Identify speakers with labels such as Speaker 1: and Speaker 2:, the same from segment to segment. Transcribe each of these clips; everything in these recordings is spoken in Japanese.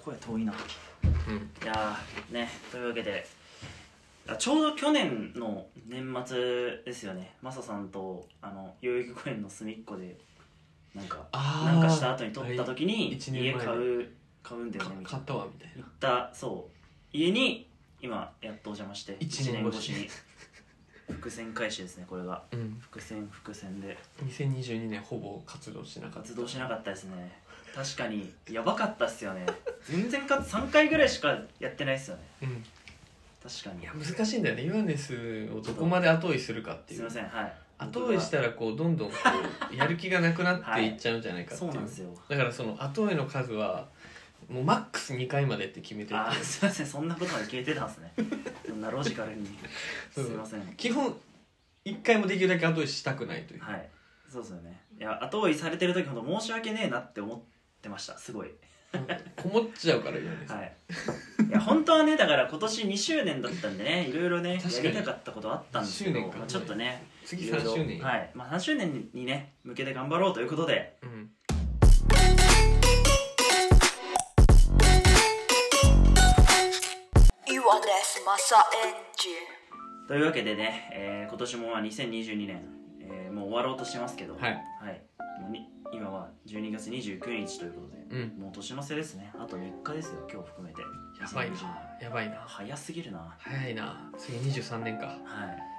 Speaker 1: 声遠いな。
Speaker 2: うん
Speaker 1: いやーねというわけであちょうど去年の年末ですよねマサさんとあの代々木公園の隅っこでなんか
Speaker 2: あー
Speaker 1: なんかした後に撮った時
Speaker 2: い
Speaker 1: に
Speaker 2: 一年
Speaker 1: 家
Speaker 2: 前
Speaker 1: 買う買うんだよ
Speaker 2: か
Speaker 1: ねみたい
Speaker 2: 買ったわみたい
Speaker 1: な
Speaker 2: な
Speaker 1: 行ったそう家に今やっとお邪魔して
Speaker 2: 一年越し
Speaker 1: 一に伏線回収ですねこれが
Speaker 2: うん
Speaker 1: 伏線伏線で
Speaker 2: 2022年ほぼ活動してなかった
Speaker 1: 活動しなかったですね確かにやばかったっすよね全然か3回ぐらいしかやってないっすよね
Speaker 2: うん
Speaker 1: 確か
Speaker 2: い
Speaker 1: に
Speaker 2: や難しいんだよねユアネスをどこまで後追いするかってい
Speaker 1: すいうませんはい
Speaker 2: 後追いしたらこうどんどんこうやる気がなくなっていっちゃうんじゃないかって
Speaker 1: そ
Speaker 2: いうう,、
Speaker 1: な んですよ
Speaker 2: だからその後追いの数はもうマックス2回までって決めてて
Speaker 1: あーすいませんそんなことまで消えてたんですねそんなロジカルに す
Speaker 2: そ
Speaker 1: いうませんは
Speaker 2: 基本1回もできるだけ後追いしたくないという、
Speaker 1: いそうですよねいや後追いされてる時ほど申し訳ねえなって思ってましたすごい
Speaker 2: こもっちゃうからユアネス、
Speaker 1: はいいや本当はねだから今年2周年だったんでねいろいろね
Speaker 2: 確か
Speaker 1: や
Speaker 2: に
Speaker 1: りたかったことあったんですけ
Speaker 2: 2
Speaker 1: ど、
Speaker 2: 周年か
Speaker 1: まあ、ちょっとね
Speaker 2: 次
Speaker 1: いろいろ
Speaker 2: 3周年、
Speaker 1: はい、まあ、3周年にね向けて頑張ろうということで
Speaker 2: うん、
Speaker 3: You are this Masa Engine.
Speaker 1: というわけでね、えー今年もまあ2022年、えーもう終わろうとしてますけど、
Speaker 2: はい、
Speaker 1: もうに今は12月29日ということで、
Speaker 2: うん、
Speaker 1: もう年の瀬ですねあと3日ですよ今日含めて
Speaker 2: やばいな
Speaker 1: 2020
Speaker 2: やばいな
Speaker 1: 早すぎるなは
Speaker 2: 早いな次23年か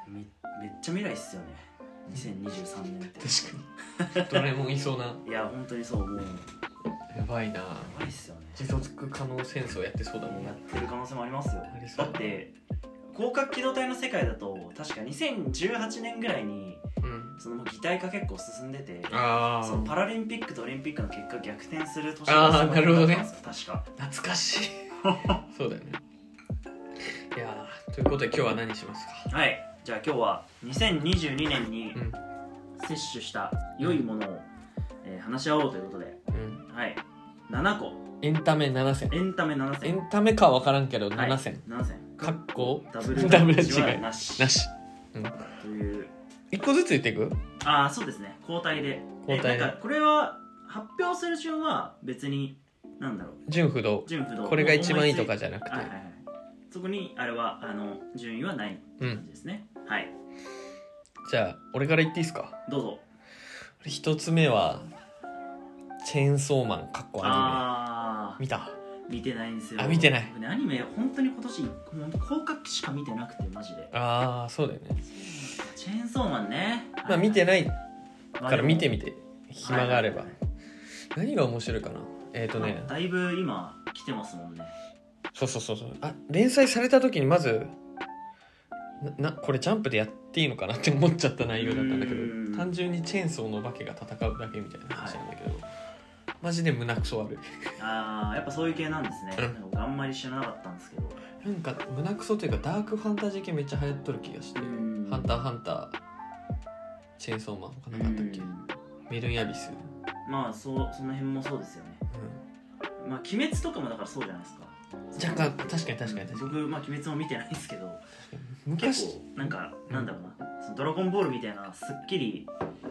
Speaker 1: いめめっちゃ未来っすよね2023年って
Speaker 2: 確かにドラえもんいそうない
Speaker 1: や本当にそうもうや
Speaker 2: やばいな
Speaker 1: ばいっすよね
Speaker 2: 持続可能戦争やってそうだもん
Speaker 1: や
Speaker 2: な
Speaker 1: ってる可能性もありますよ
Speaker 2: ありそ
Speaker 1: だ
Speaker 2: う
Speaker 1: って広角機動隊の世界だと確か2018年ぐらいに
Speaker 2: うん
Speaker 1: そのもう擬態化結構進んでて
Speaker 2: あ
Speaker 1: そのパラリンピックとオリンピックの結果逆転する年
Speaker 2: あーなるほどね
Speaker 1: だったんですよ確か
Speaker 2: 懐かしい そうだよねいやーということで今日は何しますか
Speaker 1: はいじゃあ今日は2022年に
Speaker 2: うん
Speaker 1: 摂取した良いものを、えー話し合おうということで
Speaker 2: うん
Speaker 1: はい7個
Speaker 2: エンタメ7選
Speaker 1: エンタメ7
Speaker 2: エ
Speaker 1: 選
Speaker 2: ンタメかは分からんけど
Speaker 1: はい
Speaker 2: 7選、
Speaker 1: 7選
Speaker 2: かっこ
Speaker 1: ダブ ル
Speaker 2: ダブル
Speaker 1: 違
Speaker 2: 違い
Speaker 1: いなし
Speaker 2: なし
Speaker 1: という
Speaker 2: 1個ずつ言っていく
Speaker 1: ああそうですね交代で
Speaker 2: 交代で
Speaker 1: えなんかこれは発表する順は別になんだろう
Speaker 2: 純不動
Speaker 1: 順不動
Speaker 2: これが一番いいとかじゃなくて
Speaker 1: はいはいはいそこにあれはあの順位はない感じですね、はい
Speaker 2: じゃあ俺から言っていいですか
Speaker 1: どうぞ
Speaker 2: 一つ目はチェーンソーマンかっこア
Speaker 1: あ
Speaker 2: ニメ見た
Speaker 1: ー見てないんですよ
Speaker 2: あ見てない
Speaker 1: 僕ねアニメ本当に今年もう広角しか見てなくてマジで
Speaker 2: ああそうだよね
Speaker 1: チェーンソーマンね
Speaker 2: まあ見て
Speaker 1: い
Speaker 2: ない
Speaker 1: か
Speaker 2: から見て
Speaker 1: み
Speaker 2: みて暇があれば何が面白いかなえっ、ー、とね
Speaker 1: だいぶ今来てますもんね
Speaker 2: そうそうそうそうあ連載された時にまずななこれジャンプでやっていいのかなって思っちゃった内容だったんだけ
Speaker 1: うーん
Speaker 2: ど単純にチェーンソーの化けが戦うだけみたいな話なんだけど、マジで胸くそ悪い
Speaker 1: ああやっぱそういう系なんですね
Speaker 2: うん
Speaker 1: なんか僕あんまり知らなかったんですけど
Speaker 2: なんか胸くそというかダークファンタジー系めっちゃ流行っとる気がして「
Speaker 1: うん
Speaker 2: ハンターハンター」「チェーンソーマン」他なかったっけ
Speaker 1: うん
Speaker 2: 「メルン・アビス」
Speaker 1: まあそうその辺もそうですよねまあ鬼滅とかもだからそうじゃないですか
Speaker 2: 若干確かに確かに確かに
Speaker 1: 僕まあ鬼滅も見てないんですけど結
Speaker 2: 昔
Speaker 1: 構なんかなんだろうなそのドラゴンボールみたいなすっきり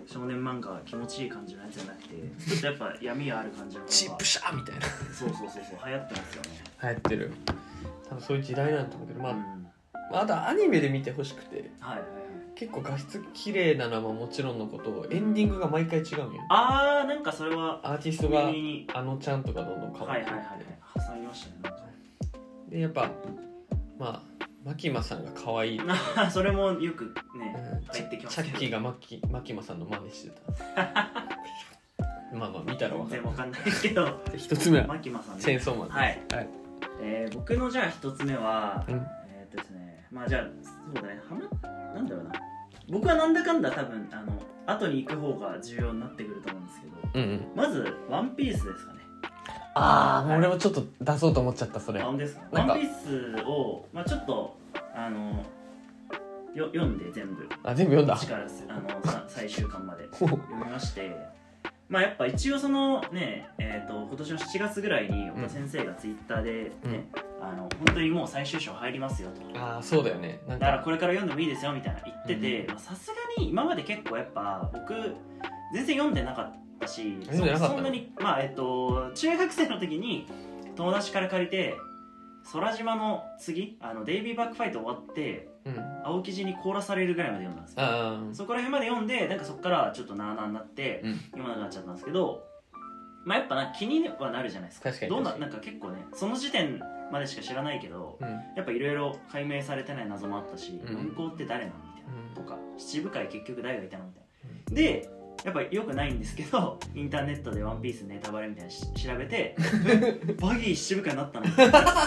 Speaker 1: 少年漫画気持ちいい感じのやつじゃなくてちょっとやっぱ闇がある感じの
Speaker 2: 「
Speaker 1: 方
Speaker 2: チッ
Speaker 1: が
Speaker 2: プシャー」みたいな
Speaker 1: そうそうそうそう流行ってますよね
Speaker 2: 流行ってる多分そういう時代なんだと思うけどま
Speaker 1: う
Speaker 2: あ
Speaker 1: ん
Speaker 2: まああとアニメで見てほしくて
Speaker 1: はいはいはい
Speaker 2: 結構画質綺麗なのはもちろんのことエンディングが毎回違うんよ
Speaker 1: あーなんかそれは
Speaker 2: アーティストが
Speaker 1: 上に
Speaker 2: あのちゃんとかどんどん変わ
Speaker 1: は
Speaker 2: っ
Speaker 1: い
Speaker 2: て
Speaker 1: はい
Speaker 2: っ
Speaker 1: は
Speaker 2: て
Speaker 1: いはい挟みましたね
Speaker 2: でやっぱまあ牧間さんが可愛い
Speaker 1: なんかな それもよくね
Speaker 2: チ
Speaker 1: 入ってきます
Speaker 2: ャ
Speaker 1: ね
Speaker 2: ッキーがマッキマキマさんの真似して たまあまあ見たらわか
Speaker 1: 全然
Speaker 2: る
Speaker 1: わかんないけ ど
Speaker 2: 一つ目は
Speaker 1: マキマさん
Speaker 2: チェー
Speaker 1: ね
Speaker 2: ンソーマン
Speaker 1: はい
Speaker 2: ですはい、
Speaker 1: えー僕のじゃあ一つ目は
Speaker 2: うん
Speaker 1: えーっとですねまあじゃあそうだねはまなんだろうな僕はなんだかんだ多分あの後に行く方が重要になってくると思うんですけど
Speaker 2: うんうん、
Speaker 1: まず「ワンピースですかね
Speaker 2: ああ、
Speaker 1: はい
Speaker 2: 俺もちょっと出そうと思っちゃったそれ
Speaker 1: あ本当ですか「
Speaker 2: なんか
Speaker 1: ワンピースをまあちょっとあのよ読んで全部
Speaker 2: あ全部読んだ
Speaker 1: 一からすあのさ最終巻まで
Speaker 2: ほう
Speaker 1: 読みましてまあやっぱ一応そのねえー、と今年の7月ぐらいに岡先生がツイッターで、ねあの本当にもう最終章入りますよと
Speaker 2: ああそうだよねなん
Speaker 1: だからこ
Speaker 2: か
Speaker 1: れから読んでもいいですよみたいな言ってて
Speaker 2: うん
Speaker 1: まあさすがに今まで結構やっぱ僕全然読んでなかったし
Speaker 2: 読んでなかったの
Speaker 1: そんなにまあえっと中学生の時に友達から借りて空島の次あのデイビーバックファイト終わって
Speaker 2: うん
Speaker 1: 青生地に凍らされるぐらいまで読んだんですよ
Speaker 2: あー
Speaker 1: そこら辺まで読んでなんかそこからちょっとなあなあになって
Speaker 2: うん
Speaker 1: 読まなくなっちゃったんですけどまあやっぱな気にはなるじゃないですか
Speaker 2: 確かに
Speaker 1: どう
Speaker 2: 確
Speaker 1: な
Speaker 2: かに
Speaker 1: なんか結構ねその時点までしか知らないけど
Speaker 2: うん
Speaker 1: やっぱいろいろ解明されてない謎もあったし、
Speaker 2: うん
Speaker 1: 運行って誰なのみたいな、
Speaker 2: うん
Speaker 1: とか七部会結局誰がいたのみたいな
Speaker 2: うん
Speaker 1: でやっぱ良くないんですけど インターネットで「ワンピースネタバレみたいなのし調 べてバギー七部会になったの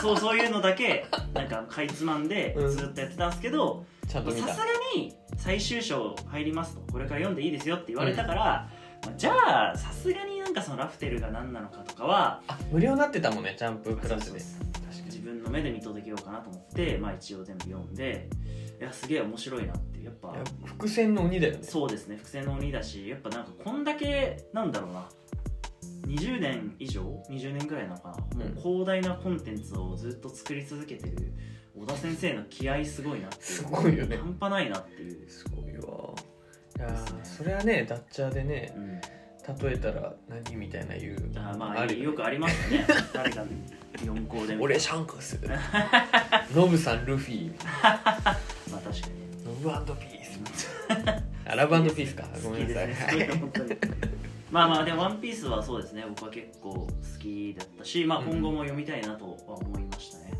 Speaker 1: そうそういうのだけなんかかいつまんで
Speaker 2: うん
Speaker 1: ずっとやってたんですけど
Speaker 2: ちゃんと
Speaker 1: さ
Speaker 2: 見
Speaker 1: すが
Speaker 2: た
Speaker 1: に最終章入りますとこれから読んでいいですよって言われたから、まあじゃあさすがになんかそのラフテルが何なのかとかは
Speaker 2: あ無料になってたもんねジャンププラス
Speaker 1: そう
Speaker 2: で
Speaker 1: そうそう自分の目で見届けようかなと思って、まあ、一応全部読んでいやすげえ面白いなってやっぱ
Speaker 2: いや伏線の鬼だよね
Speaker 1: そうですね伏線の鬼だしやっぱなんかこんだけなんだろうな20年以上20年ぐらいなのかなもう広大なコンテンツをずっと作り続けてる小田先生の気合すごいなってい
Speaker 2: す
Speaker 1: う
Speaker 2: ごいよね
Speaker 1: 半端ないなっていう、
Speaker 2: すごいわいや
Speaker 1: ですね
Speaker 2: ーそれはねダッチャーでね
Speaker 1: うん、
Speaker 2: 例えたら何みたいな言う
Speaker 1: あーまあ
Speaker 2: ある
Speaker 1: よくありま すよね誰かの四校で
Speaker 2: 俺シャンクスノブさんルフィ
Speaker 1: まあ確かに
Speaker 2: ノブアンドピースあラブアンドピースかご
Speaker 1: 好
Speaker 2: め
Speaker 1: き
Speaker 2: んな
Speaker 1: で
Speaker 2: さ
Speaker 1: す
Speaker 2: い
Speaker 1: ねすごい本当にまあまあでも「ワンピースはそうですね僕は結構好きだったし、まあ、今後も読みたいなとは思いましたね、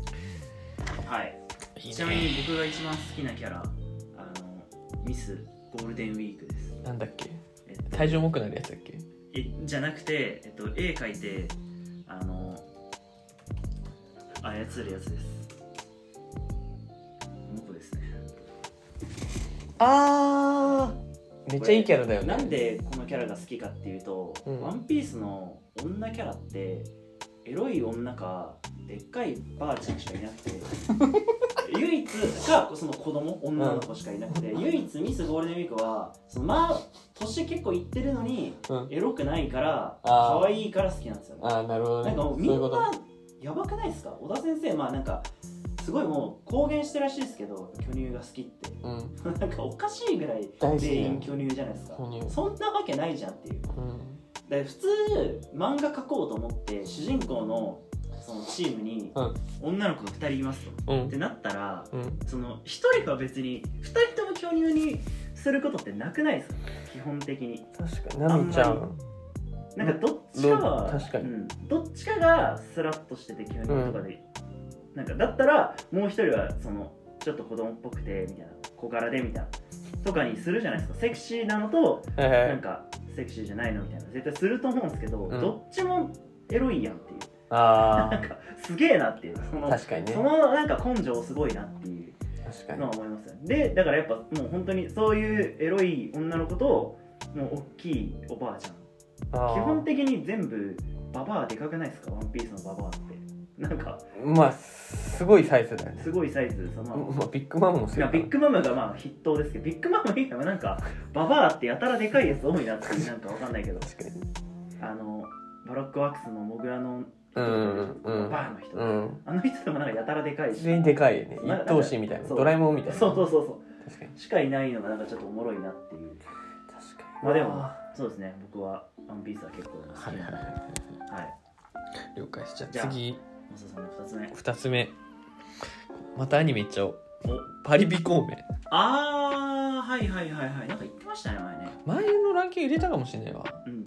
Speaker 1: はい
Speaker 2: いい
Speaker 1: ちなみに
Speaker 2: ね
Speaker 1: 僕が一番好きなキャラあのミスゴールデンウィークです
Speaker 2: なんだっけ
Speaker 1: えっと
Speaker 2: 体重重くなるやつだっけ
Speaker 1: えじゃなくて、えっと、絵描いてあの操るやつですこの子ですね
Speaker 2: あーめっちゃいいキャラだよね
Speaker 1: なんでこのキャラが好きかっていうと「
Speaker 2: うん
Speaker 1: ワンピースの女キャラってエロい女かでっかいばあちゃんしかい なくて唯一かその子供女の子しかいなくて、唯一ミスゴールデンウィークはそのまあ年結構いってるのに
Speaker 2: うん
Speaker 1: エロくないから
Speaker 2: あー
Speaker 1: 可愛いから好きなんですよね。
Speaker 2: あーなるほど
Speaker 1: な
Speaker 2: ね
Speaker 1: んかも
Speaker 2: そうう
Speaker 1: み
Speaker 2: いうんこ
Speaker 1: な
Speaker 2: と
Speaker 1: やばくないですか小田先生まあなんかすごいもう公言してるらしいですけど巨乳が好きって
Speaker 2: うん
Speaker 1: なんかおかしいぐらい
Speaker 2: 大事
Speaker 1: 全
Speaker 2: だよ
Speaker 1: 員巨乳じゃないですか
Speaker 2: 巨乳
Speaker 1: そんなわけないじゃんっていう
Speaker 2: うん
Speaker 1: で普通漫画描こうと思って主人公のそのチームに
Speaker 2: うん
Speaker 1: 女の子が2人いますと、
Speaker 2: う
Speaker 1: って
Speaker 2: ん
Speaker 1: なったら
Speaker 2: うん
Speaker 1: その1人は別に2人とも巨乳にすることってなくないですか基本的に
Speaker 2: 確かにナミちゃん
Speaker 1: なんかどっちかは
Speaker 2: ど確かに
Speaker 1: うん、どっちかがスラッとしてて巨乳とかで、なんかだったらもう1人はそのちょっと子供っぽくてみたいな小柄でみたいなとかにするじゃないですかセクシーなのと
Speaker 2: はいは
Speaker 1: なん
Speaker 2: い
Speaker 1: かセクシーじゃないのみたいな絶対すると思うんですけど、
Speaker 2: うん
Speaker 1: どっちもエロいやんっていう
Speaker 2: あ
Speaker 1: なんかすげえなっていうそ
Speaker 2: ー
Speaker 1: の
Speaker 2: 確かにね
Speaker 1: そのなんか根性すごいなっていう
Speaker 2: 確かに
Speaker 1: のは思いますよねでだからやっぱもう本当にそういうエロい女の子ともう大きいおばあちゃん
Speaker 2: あー
Speaker 1: 基本的に全部ババアでかくないですかワンピースのババアってなんか
Speaker 2: まあすごいサイズだよね
Speaker 1: すごいサイズその、
Speaker 2: まあ、ビッグマムの
Speaker 1: い
Speaker 2: せい
Speaker 1: や
Speaker 2: かな
Speaker 1: ビッグマムがまあ筆頭ですけどビッグマム以外はなんかババアってやたらでかいやつ多いなっていうなんかわかんないけど
Speaker 2: 確かに
Speaker 1: あのバロックワックスのモグラの
Speaker 2: う
Speaker 1: 人とかいるじゃ
Speaker 2: ん
Speaker 1: ん
Speaker 2: うんうん
Speaker 1: バーの人、
Speaker 2: うん
Speaker 1: あの人でもなんかやたらでかいし、
Speaker 2: 全員でかいよね
Speaker 1: な
Speaker 2: 一等身みたいな
Speaker 1: そう
Speaker 2: ドラえもんみたいな
Speaker 1: そうそうそうそ
Speaker 2: 確かに
Speaker 1: うしかいないのがなんかちょっとおもろいなっていう
Speaker 2: 確かに
Speaker 1: まあでもそうですね僕はワンピースは結構好き
Speaker 2: はいはい
Speaker 1: な
Speaker 2: はい
Speaker 1: んで
Speaker 2: は
Speaker 1: はい
Speaker 2: い了解しちゃあ
Speaker 1: じゃあ
Speaker 2: 次
Speaker 1: マサさんの2つ目
Speaker 2: 二つ目またアニメいっちゃおう
Speaker 1: お
Speaker 2: パリビ孔明
Speaker 1: あーはいはいはいはいなんか言ってましたね前ね
Speaker 2: 前のランキング入れたかもしれないわ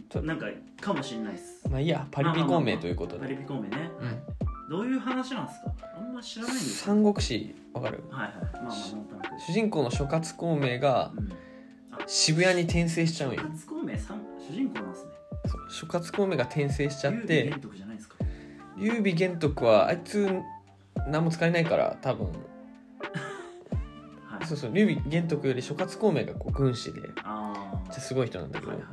Speaker 2: ちょ
Speaker 1: うんなんかかもしんないっす
Speaker 2: まあいいやパリビ孔明ということ
Speaker 1: パ
Speaker 2: で
Speaker 1: リピ孔明ね
Speaker 2: うん
Speaker 1: どういう話なんですかあんま知らないんですよ
Speaker 2: 三国志わかる
Speaker 1: はいはいまあまあなんとなく
Speaker 2: 主人公の諸葛孔明が
Speaker 1: うん
Speaker 2: 渋谷に転生しちゃうんよ
Speaker 1: 初孔明さん主人公なんですね
Speaker 2: そう諸葛孔明が転生しちゃっ
Speaker 1: 劉備
Speaker 2: て
Speaker 1: 玄徳じゃないですか
Speaker 2: 劉備玄徳はあいつ何も使えないから多分
Speaker 1: はい
Speaker 2: そうそう劉備玄徳より諸葛孔明がこう軍師でめっ
Speaker 1: あ
Speaker 2: ち
Speaker 1: あ
Speaker 2: ゃすごい人なんだけど、
Speaker 1: はいはい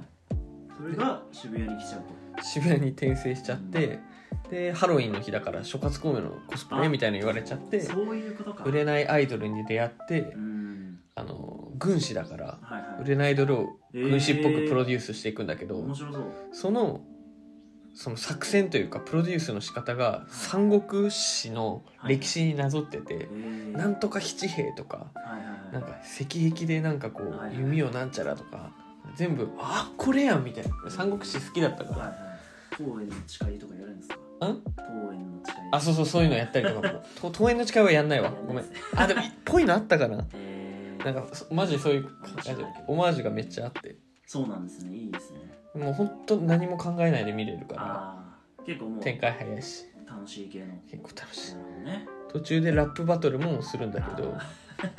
Speaker 1: それが渋谷に来ちゃうと
Speaker 2: 渋谷に転生しちゃって、でハロウィンの日だから諸葛孔明のコスプレみたいの言われちゃって
Speaker 1: そういうことか
Speaker 2: 売れないアイドルに出会って
Speaker 1: うん
Speaker 2: あの軍師だから
Speaker 1: はいはい
Speaker 2: 売れないアイドルを軍師っぽ
Speaker 1: え
Speaker 2: く
Speaker 1: ー
Speaker 2: プロデュースしていくんだけど、
Speaker 1: 面白そう
Speaker 2: そのその作戦というかプロデュースの仕方が三国志の歴史になぞってて、
Speaker 1: えー
Speaker 2: なんとか七兵とか
Speaker 1: はいはい
Speaker 2: なん
Speaker 1: はい
Speaker 2: か石壁でなんかこ
Speaker 1: はいは
Speaker 2: う
Speaker 1: い
Speaker 2: 弓をなんちゃらとか全部あこれやんみたいな三国志好きだった
Speaker 1: は
Speaker 2: か
Speaker 1: いはい公園の誓いとかやるんですから
Speaker 2: ん
Speaker 1: 公園の
Speaker 2: あそうそうそういうのやったりとかもと登園の誓いはやんないわごめんあでもっぽいのあったかな
Speaker 1: えー
Speaker 2: なんかそマジそういう感じオマージュがめっちゃあって
Speaker 1: そうなんですねいいですね
Speaker 2: もうほんと何も考えないで見れるから
Speaker 1: ああ結構もう
Speaker 2: 展開早いし
Speaker 1: 楽しい系のなる
Speaker 2: 結構楽しい
Speaker 1: ほどね
Speaker 2: 途中でラップバトルもするんだけど、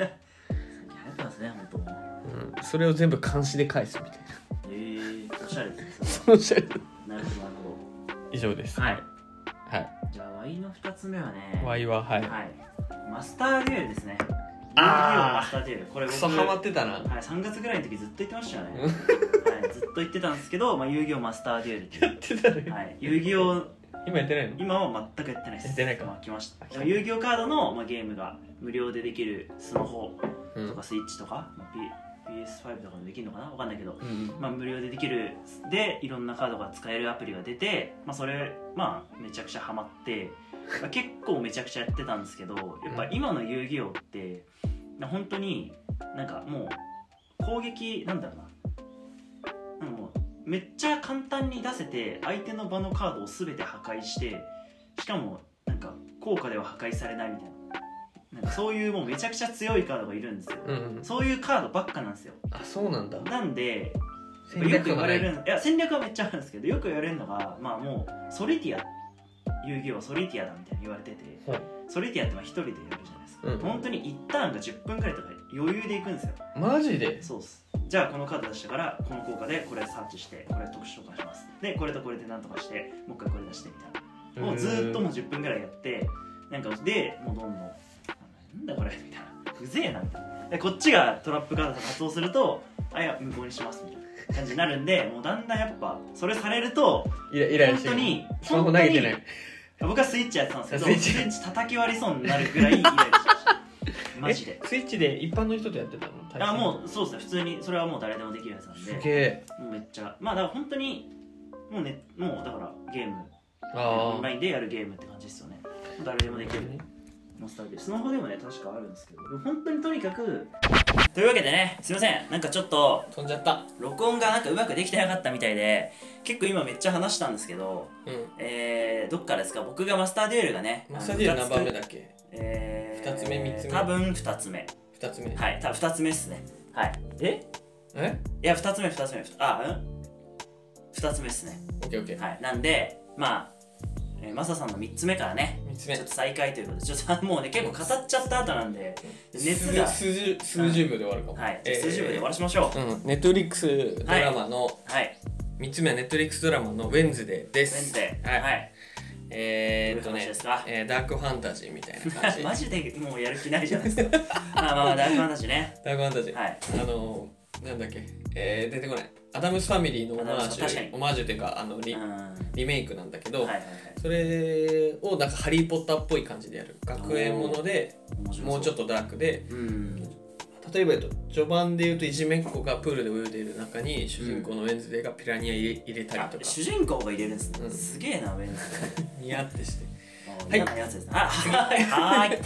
Speaker 1: 最近流行ってますね本
Speaker 2: うん、それを全部監視で返すみたいな
Speaker 1: 当えー、おしゃれですね
Speaker 2: その試合
Speaker 1: なるほどなるほ
Speaker 2: 以上です
Speaker 1: どはい
Speaker 2: はい
Speaker 1: じゃあワインの2つ目はね
Speaker 2: ワイははい
Speaker 1: はいマスターデュエルですね
Speaker 2: あー
Speaker 1: マスターデュエルこれ
Speaker 2: ク
Speaker 1: 僕
Speaker 2: ソハマってたな
Speaker 1: はい、3月ぐらいの時ずっと言ってましたよね、
Speaker 2: う
Speaker 1: はい、ずっと言ってたんですけど、まあ、遊戯王マスターデュエルっていう
Speaker 2: やってた ね
Speaker 1: はい、遊戯王
Speaker 2: 今やってないの
Speaker 1: 今は全くやってないです
Speaker 2: やってないか
Speaker 1: まあ来ました
Speaker 2: 来た
Speaker 1: 遊戯王カードの、まあ、ゲームが無料でできるスマホ
Speaker 2: うん
Speaker 1: とかスイッチとか、まあ P- PS5 とかもできるのかなわかんないけど、
Speaker 2: うん
Speaker 1: まあ、無料でできるでいろんなカードが使えるアプリが出て、まあ、それ、まあ、めちゃくちゃハマって、まあ、結構めちゃくちゃやってたんですけどやっぱ今の遊戯王ってな本当になんかもう攻撃なんだろうななんかもうめっちゃ簡単に出せて相手の場のカードを全て破壊してしかもなんか効果では破壊されないみたいななんかそういうもうめちゃくちゃ強いカードがいるんですよ
Speaker 2: うんうん
Speaker 1: そういうカードばっかなんですよ
Speaker 2: あそうなんだ
Speaker 1: なんで
Speaker 2: 戦
Speaker 1: よく
Speaker 2: 略
Speaker 1: 言
Speaker 2: が
Speaker 1: わ
Speaker 2: な
Speaker 1: れ
Speaker 2: い
Speaker 1: るいや戦略はめっちゃあるんですけどよく言われるのがまあもうソリティア遊戯王ソリティアだみたいに言われてて
Speaker 2: はい
Speaker 1: ソリティアってまあ一人でやるじゃないですか、
Speaker 2: うん
Speaker 1: 本当に一ターンが10分くらいとか余裕でいくんですよ
Speaker 2: マジで
Speaker 1: そうっすじゃあこのカード出したからこの効果でこれサーチしてこれ特殊召喚しますでこれとこれでなんとかしてもう一回これ出してみたいなもうずーっともう10分ぐらいやってなんかでもうどんどんあなんだこれみたいなうぜえなみたいなでこっちがトラップカード発動するとあいや無効にしますみたいな感じになるんでもうだんだんやっぱそれされると
Speaker 2: イライラ
Speaker 1: 本
Speaker 2: して
Speaker 1: 当
Speaker 2: る
Speaker 1: に
Speaker 2: スマホ投げてな
Speaker 1: 本
Speaker 2: い
Speaker 1: 当に僕はスイッチやってたんですけど
Speaker 2: ス
Speaker 1: ス
Speaker 2: イ
Speaker 1: イ
Speaker 2: ッチ
Speaker 1: ッチ叩き割りそうになるぐらいイライラしました マジで
Speaker 2: えスイッチで一般の人とやってたの
Speaker 1: い
Speaker 2: 対戦
Speaker 1: やもうそうですね普通にそれはもう誰でもできるやつなん
Speaker 2: す
Speaker 1: で
Speaker 2: げえ
Speaker 1: もうめっちゃまあだから本当にもうねもうだからゲームオ
Speaker 2: あ
Speaker 1: ンラインでやるゲームって感じですよね誰でもできるマスターでスマホでもね確かあるんですけどでも本当にとにかくというわけでねすいませんなんかちょっと
Speaker 2: 飛んじゃった
Speaker 1: 録音がなんかうまくできてなかったみたいで結構今めっちゃ話したんですけど
Speaker 2: うん
Speaker 1: えー、どっからですか僕がマスターデュエルがね
Speaker 2: マッサージ何番目
Speaker 1: だ
Speaker 2: だっけ
Speaker 1: えー、
Speaker 2: 二つ目三つ目
Speaker 1: 多分2つ目
Speaker 2: 二つ目
Speaker 1: はい多分2つ目っすねはいえ
Speaker 2: え
Speaker 1: いや2つ目2つ目ふたあうん2つ目っすね
Speaker 2: オッケーオッケー
Speaker 1: はいなんでまあ、えーマサさんの3つ目からね
Speaker 2: 三つ
Speaker 1: ちょっと再開ということでちょっともうね結構語っちゃった後なんで熱が
Speaker 2: 数数十数十秒で終わるかも
Speaker 1: はい、じゃあ数十秒で終わらしましょう。
Speaker 2: うん、ネットフリックスドラマの、
Speaker 1: はい、
Speaker 2: 三つ目はネットフリックスドラマの「ウェンズデー」で
Speaker 1: ウェン
Speaker 2: す
Speaker 1: ズデー。
Speaker 2: はい、
Speaker 1: はい。
Speaker 2: えー、っと
Speaker 1: どういう話
Speaker 2: ね
Speaker 1: ですか
Speaker 2: えーダークファンタジーみたいな感じ
Speaker 1: マジでもうやる気ないじゃないですか。 まあまあまあ、大ファンたちね。
Speaker 2: ダークファンタジー、
Speaker 1: はい。
Speaker 2: あのー、なんだっけえー、出てこないアダムスファミリーのオマージ
Speaker 1: アダムス確か
Speaker 2: ュ
Speaker 1: に
Speaker 2: オマージュっていうかあのリ,、
Speaker 1: うん。は
Speaker 2: リメイクなんだけど、
Speaker 1: いはいはい。
Speaker 2: それをなんかハリー・ポッターっぽい感じでやる学園もので
Speaker 1: 面白
Speaker 2: もうちょっ
Speaker 1: と。
Speaker 2: とダークで
Speaker 1: うん。
Speaker 2: 例えば序盤で言うといじめっ子がプールで泳いでいる中に主人公のウェンズデーがピラニア入れ入れたり
Speaker 1: あ
Speaker 2: とか
Speaker 1: 主人公が入れるんです
Speaker 2: う
Speaker 1: ね。
Speaker 2: ん
Speaker 1: すげえな、ウェンズデ
Speaker 2: ニヤってして
Speaker 1: ー。
Speaker 2: はい
Speaker 1: 嫌なやつですね。あは い。はい。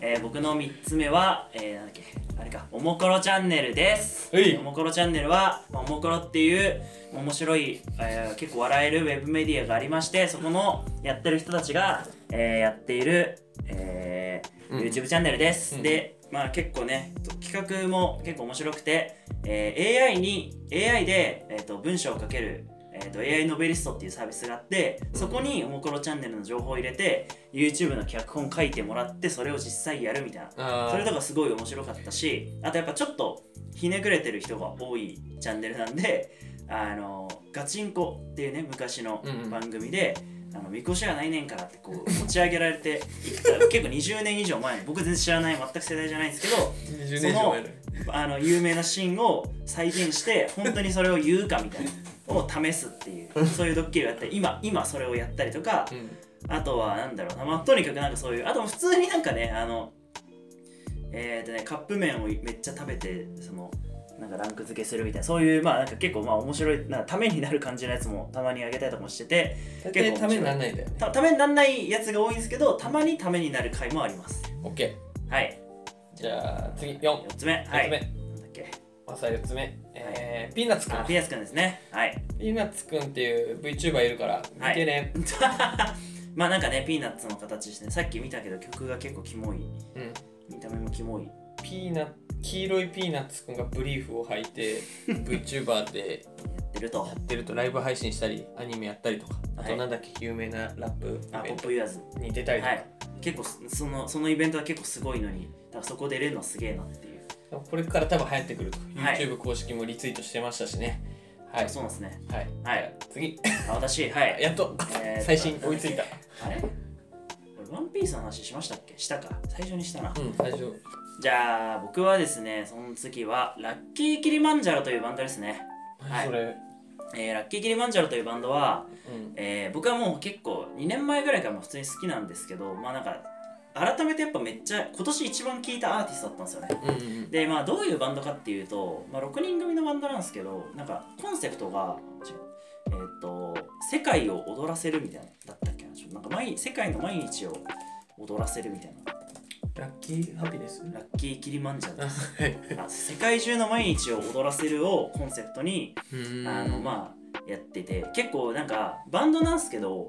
Speaker 1: えー、僕の三つ目は、えー、なんだっけ。あれかおもころチャンネルです
Speaker 2: はい
Speaker 1: おもころチャンネルは、まあ、おもころっていう面白い、えー結構笑えるウェブメディアがありましてそこのやってる人たちが、えーやっている、えー
Speaker 2: うん
Speaker 1: YouTube チャンネルです、
Speaker 2: うん
Speaker 1: でまあ結構ねと企画も結構面白くて、えー AI に AI で、えー、と文章を書けるえーと AI ノベリストっていうサービスがあってそこにおもころチャンネルの情報を入れて YouTube の脚本書いてもらってそれを実際やるみたいな
Speaker 2: あー
Speaker 1: それとかすごい面白かったしあとやっぱちょっとひねくれてる人が多いチャンネルなんであのガチンコっていうね昔の
Speaker 2: うんうん
Speaker 1: 番組で、あのみこしがないねんからってこう持ち上げられて いった結構20年以上前に僕全然知らない全く世代じゃないんですけど
Speaker 2: 20年以上前だよ
Speaker 1: あの有名なシーンを再現して本当にそれを言うかみたいなを試すっていうそういうドッキリをやったり今今それをやったりとか
Speaker 2: うん
Speaker 1: あとはなんだろうな、まあ、とにかくなんかそういうあと普通になんかねあのえー、とねカップ麺をめっちゃ食べてそのなんかランク付けするみたいなそういうまあなんか結構まあ面白いなんかためになる感じのやつもたまにあげたりとかもしてて
Speaker 2: 大
Speaker 1: 結
Speaker 2: 体
Speaker 1: 構
Speaker 2: ためにならないんだよね
Speaker 1: たためにならないやつが多いんですけどたまにためになる回もあります
Speaker 2: オッケ
Speaker 1: はい
Speaker 2: ーじゃあ次四
Speaker 1: 4つ目は
Speaker 2: 4
Speaker 1: い
Speaker 2: つ目、
Speaker 1: なんだっけ
Speaker 2: マサ4つ目、えー、ピーナッツくん
Speaker 1: あピアスくんですねはい
Speaker 2: ピーナッツくんっていう VTuber いるから見てね、
Speaker 1: は まあなんかねピーナッツの形してねさっき見たけど曲が結構キモい
Speaker 2: うん
Speaker 1: 見た目もキモい
Speaker 2: ピーナ黄色いピーナッツくんがブリーフを履い て VTuber で
Speaker 1: やってると
Speaker 2: やってるとライブ配信したりアニメやったりとかあ
Speaker 1: は
Speaker 2: と
Speaker 1: い
Speaker 2: なんだっけ有名なラップ
Speaker 1: あ
Speaker 2: イ
Speaker 1: ポ
Speaker 2: ベ
Speaker 1: ッ
Speaker 2: ン
Speaker 1: プユアーズ
Speaker 2: トに出たりとか、
Speaker 1: はい結構すそのそのイベントは結構すごいのにだからそこ出れるのはすげえなっていう、
Speaker 2: これから多分流行ってくると
Speaker 1: はい
Speaker 2: YouTube 公式もリツイートしてましたしねはい
Speaker 1: そうなんですね
Speaker 2: はい、
Speaker 1: はい、
Speaker 2: 次
Speaker 1: あ私は い
Speaker 2: やっと
Speaker 1: えーっと
Speaker 2: 最新追いついた
Speaker 1: あれ俺ワンピースの話しましたっけしたか最初にしたな
Speaker 2: うん最初
Speaker 1: じゃあ僕はですねその次はラッキーキリマンジャロというバンドですね、はい
Speaker 2: それ、
Speaker 1: えーラッキーキリマンジャロというバンドは、
Speaker 2: うん、
Speaker 1: えー僕はもう結構2年前ぐらいからもう普通に好きなんですけどまあなんか改めてやっぱめっちゃ今年一番聴いたアーティストだったんですよね
Speaker 2: うんうん
Speaker 1: でまあどういうバンドかっていうと、まあ、6人組のバンドなんですけどなんかコンセプトがちえーっと世界を踊らせるみたいなだったっけなちょっとなんか毎世界の毎日を踊らせるみたい
Speaker 2: ラッキーハピネス
Speaker 1: なラッキーキリマンジャ ロ
Speaker 2: あはい
Speaker 1: あ世界中の毎日を踊らせるをコンセプトにあの
Speaker 2: あ
Speaker 1: まあやってて結構なんかバンドなんですけど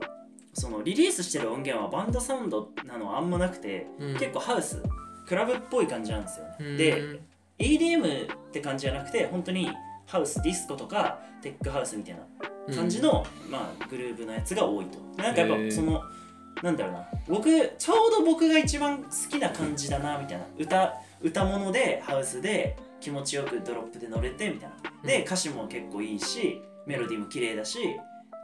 Speaker 1: そのリリースしてる音源はバンドサウンドなのはあんまなくて、
Speaker 2: うん
Speaker 1: 結構ハウスクラブっぽい感じなんですよ、
Speaker 2: うん
Speaker 1: で EDM って感じじゃなくて本当にハウスディスコとかテックハウスみたいな感じの、まあ、グループのやつが多いとなんかや
Speaker 2: へ
Speaker 1: っぱ
Speaker 2: ー
Speaker 1: そのなんだろうな僕ちょうど僕が一番好きな感じだなみたいな歌歌物でハウスで気持ちよくドロップで乗れてみたいな
Speaker 2: うん
Speaker 1: で歌詞も結構いいしメロディーも綺麗だし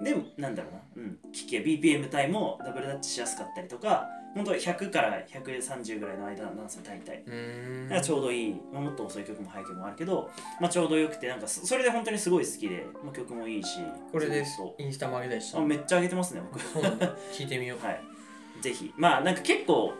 Speaker 1: でなんだろうな、うん、聞け BPM 帯もダブルダッチしやすかったりとか本当100から130ぐらいの間なんですよ大体。
Speaker 2: うーん
Speaker 1: なんかちょうどいい、まあ、もっと遅い曲も早い曲もあるけど、まあ、ちょうどよくてなんかそそれで本当にすごい好きで、まあ、曲もいいし
Speaker 2: これです
Speaker 1: ずっと
Speaker 2: インスタも上げたりした
Speaker 1: あめっちゃ上げてますね僕
Speaker 2: そうなん だ聞いてみよう、
Speaker 1: はいぜひまあなんか結構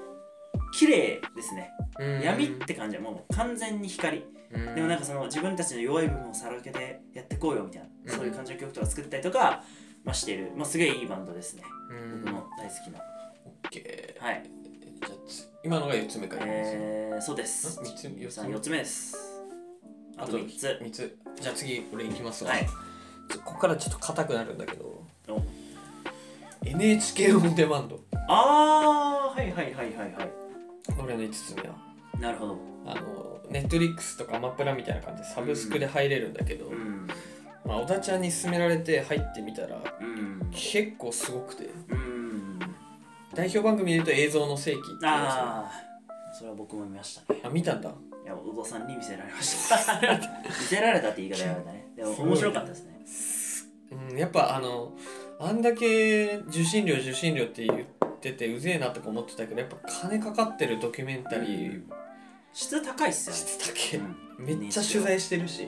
Speaker 1: 綺麗ですね
Speaker 2: うん
Speaker 1: 闇って感じはもう完全に光
Speaker 2: うん
Speaker 1: でもなんかその自分たちの弱い部分をさらけてやってこうよみたいなそういう感じの曲とか作ったりとか、まあ、してる、まあ、すげえいいバンドですね
Speaker 2: うん
Speaker 1: 僕の大好きな
Speaker 2: オッケー
Speaker 1: はい
Speaker 2: じゃあつ今のが4つ目か
Speaker 1: えー、そうです
Speaker 2: ん三つ四つ
Speaker 1: 4つ目ですあと3つ
Speaker 2: 3つじゃあ次俺いきますわ、
Speaker 1: はい
Speaker 2: ちょここからちょっと硬くなるんだけど
Speaker 1: お
Speaker 2: NHK オンデマンド
Speaker 1: あーはいはいはいはいは
Speaker 2: 俺の5つ目はい
Speaker 1: なるほど
Speaker 2: あのネットリックスとかアマプラみたいな感じでサブスクで入れるんだけど、
Speaker 1: うん
Speaker 2: まあ、小田ちゃんに勧められて入ってみたら
Speaker 1: うん
Speaker 2: 結構すごくて
Speaker 1: うん
Speaker 2: 代表番組で言うと映像の世紀っていうやつ
Speaker 1: ああそれは僕も見ましたね
Speaker 2: あ見たんだ
Speaker 1: いや小田さんに見せられました 見せられたって言い方やめたねでも
Speaker 2: すごい
Speaker 1: 面白かったですね
Speaker 2: うん、やっぱあのあんだけ受信料受信料って言っててうぜえなとか思ってたけどやっぱ金かかってるドキュメンタリー
Speaker 1: 質高いっすよね
Speaker 2: してたけ、
Speaker 1: うん
Speaker 2: めっちゃ取材してるし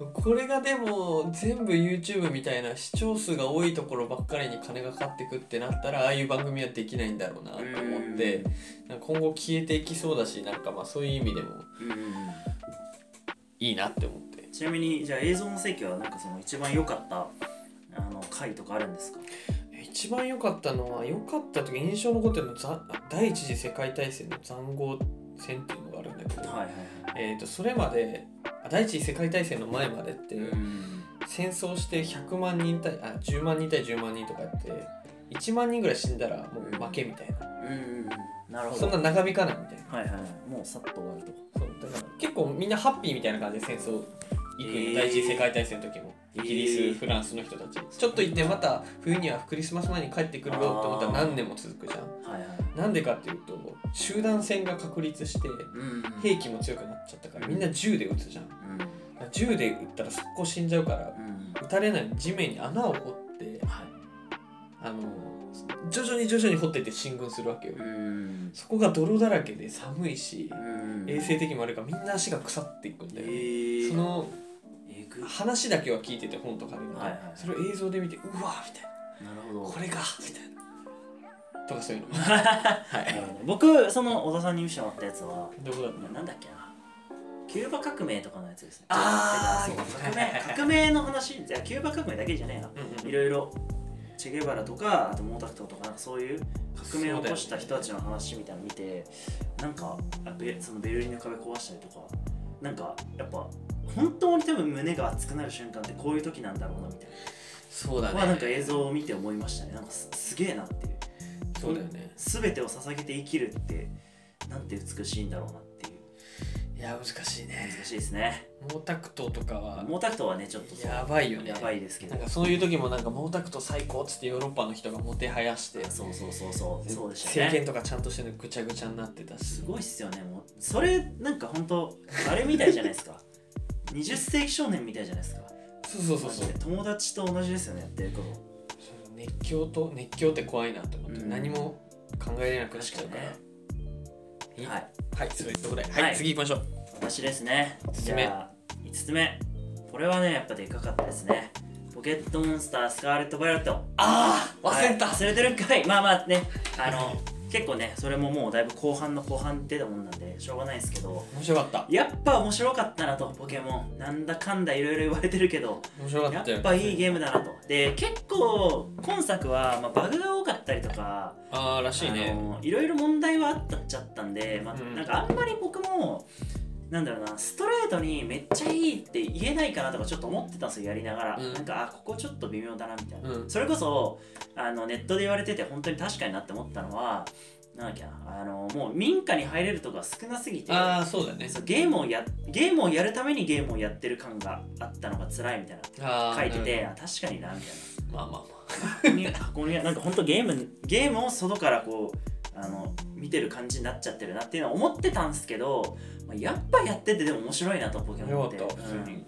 Speaker 1: うん
Speaker 2: これがでも全部 YouTube みたいな視聴数が多いところばっかりに金がかかってくってなったらああいう番組はできないんだろうなと思ってなんか今後消えていきそうだしなんかまあそういう意味でも
Speaker 1: うん
Speaker 2: いいなって思って
Speaker 1: ちなみにじゃあ映像の世紀はなんかその一番良かったあの回とかあるんですか
Speaker 2: 一番良かったのは良かった時印象残ってるのざ第一次世界大戦の塹壕戦っていうのがあるんだけど、
Speaker 1: はいはい
Speaker 2: えー、とそれまであ第一次世界大戦の前までって、
Speaker 1: うん
Speaker 2: 戦争して100万人対あ10万人対10万人とかやって1万人ぐらい死んだらもう負けみたいな、
Speaker 1: うんなるほど
Speaker 2: そんな長引かないみたいな
Speaker 1: はいはいはいもうさっと終わると
Speaker 2: そうだから結構みんなハッピーみたいな感じで戦争行く、
Speaker 1: えー
Speaker 2: 第一次世界大戦の時もイギリス、
Speaker 1: えー
Speaker 2: フランスの人たちちょっと行ってまた冬にはクリスマス前に帰ってくるよって思ったら何年も続くじゃん
Speaker 1: はいはい
Speaker 2: なんでかっていうと集団戦が確立して
Speaker 1: うん
Speaker 2: 兵器も強くなっちゃったからみんな銃で撃つじゃんだから銃で撃ったら速攻死んじゃうから
Speaker 1: うんうん
Speaker 2: 撃たれない地面に穴を掘って
Speaker 1: はい
Speaker 2: あの徐々に徐々に掘ってって進軍するわけよ
Speaker 1: うん
Speaker 2: そこが泥だらけで寒いし
Speaker 1: うん
Speaker 2: 衛生的もあるからみんな足が腐っていくんだ
Speaker 1: え
Speaker 2: よ、
Speaker 1: ー、
Speaker 2: その
Speaker 1: えぐ
Speaker 2: 話だけは聞いてて本とかでも、
Speaker 1: はいはい
Speaker 2: それを映像で見てうわーみたいな
Speaker 1: なるほど
Speaker 2: これかみたいなとかそういう のは
Speaker 1: なる
Speaker 2: い
Speaker 1: ほど僕その小田さんに見せてもらったやつは
Speaker 2: どこだった
Speaker 1: なんだっけなキューバ革命とかのやつですね
Speaker 2: あー
Speaker 1: そう
Speaker 2: はいはい
Speaker 1: 革
Speaker 2: はい
Speaker 1: 命革命の話いやキューバ革命だけじゃねえな
Speaker 2: うんうん
Speaker 1: いろいろチェゲバラとかあと毛沢東とかなんかそういう革命を起こした人たち
Speaker 2: の
Speaker 1: の話みたいなの見てなんかあベそのベルリンの壁壊したりとかなんかやっぱ本当に多分胸が熱くなる瞬間ってこういう時なんだろうなみたいな
Speaker 2: そうだね
Speaker 1: はなんか映像を見て思いましたねなんかすすげえなっていう
Speaker 2: そうだよね
Speaker 1: 全てを捧げて生きるってなんて美しいんだろうなっていう
Speaker 2: いや難しいね
Speaker 1: 難しいですね
Speaker 2: 毛沢東とかは
Speaker 1: 毛沢東はねちょっとそう
Speaker 2: やばいよね
Speaker 1: やばいですけど
Speaker 2: なんかそういう時もなんか毛沢東最高っつってヨーロッパの人がもてはやして
Speaker 1: そうそうそうそうそうでした
Speaker 2: 政権
Speaker 1: ね
Speaker 2: とかちゃんとしてるのぐちゃぐちゃになってたし
Speaker 1: すごいっすよねもうそれなんか本当あれみたいじゃないですか 20世紀少年みたいじゃないですか
Speaker 2: そうそうそうそう
Speaker 1: マジで友達と同じですよねやってること
Speaker 2: そう熱狂と熱狂って怖いなと思って、
Speaker 1: うん
Speaker 2: 何も考えれなくなっちゃうから、
Speaker 1: 確
Speaker 2: いい
Speaker 1: はい
Speaker 2: はいそれところではい、
Speaker 1: はい
Speaker 2: 次行きましょう
Speaker 1: 私ですね
Speaker 2: つ
Speaker 1: じ
Speaker 2: 目
Speaker 1: ゃあ5つ目これはねやっぱでかかったですねポケットモンスタースカーレット・バイオレット
Speaker 2: ああ忘れた、
Speaker 1: はい忘れてるんかいまあまあね あの結構ねそれももうだいぶ後半の後半出たもんなんでしょうがないですけど
Speaker 2: 面白かった
Speaker 1: やっぱ面白かったなとポケモンなんだかんだいろいろ言われてるけど
Speaker 2: 面白か
Speaker 1: や
Speaker 2: ったよ
Speaker 1: っぱいいゲームだなとで結構今作は、まあ、バグが多かったりとか
Speaker 2: ああらしい
Speaker 1: あ
Speaker 2: ね
Speaker 1: のいろいろ問題はあったっちゃったんで、まあ
Speaker 2: うん
Speaker 1: なんかあんまり僕もなんだろうなストレートにめっちゃいいって言えないかなとかちょっと思ってたんですよやりながら、
Speaker 2: うん
Speaker 1: なんかあここちょっと微妙だなみたいな、
Speaker 2: うん
Speaker 1: それこそあのネットで言われてて本当に確かになって思ったのはなんだっけなあのもう民家に入れるとこが少なすぎて
Speaker 2: ああそうだね
Speaker 1: そうゲームをやゲームをやるためにゲームをやってる感があったのが辛いみたいな
Speaker 2: ああ
Speaker 1: 書いててあ確かになみたいな。
Speaker 2: まあまあま
Speaker 1: 箱に 箱になんか本当ゲームゲームを外からこうあの見てる感じになっちゃってるなっていうのは思ってたんですけど、まあ、やっぱやっててでも面白いなとポケ
Speaker 2: あ
Speaker 1: モン
Speaker 2: よ
Speaker 1: って、
Speaker 2: かった普
Speaker 1: うん
Speaker 2: 通に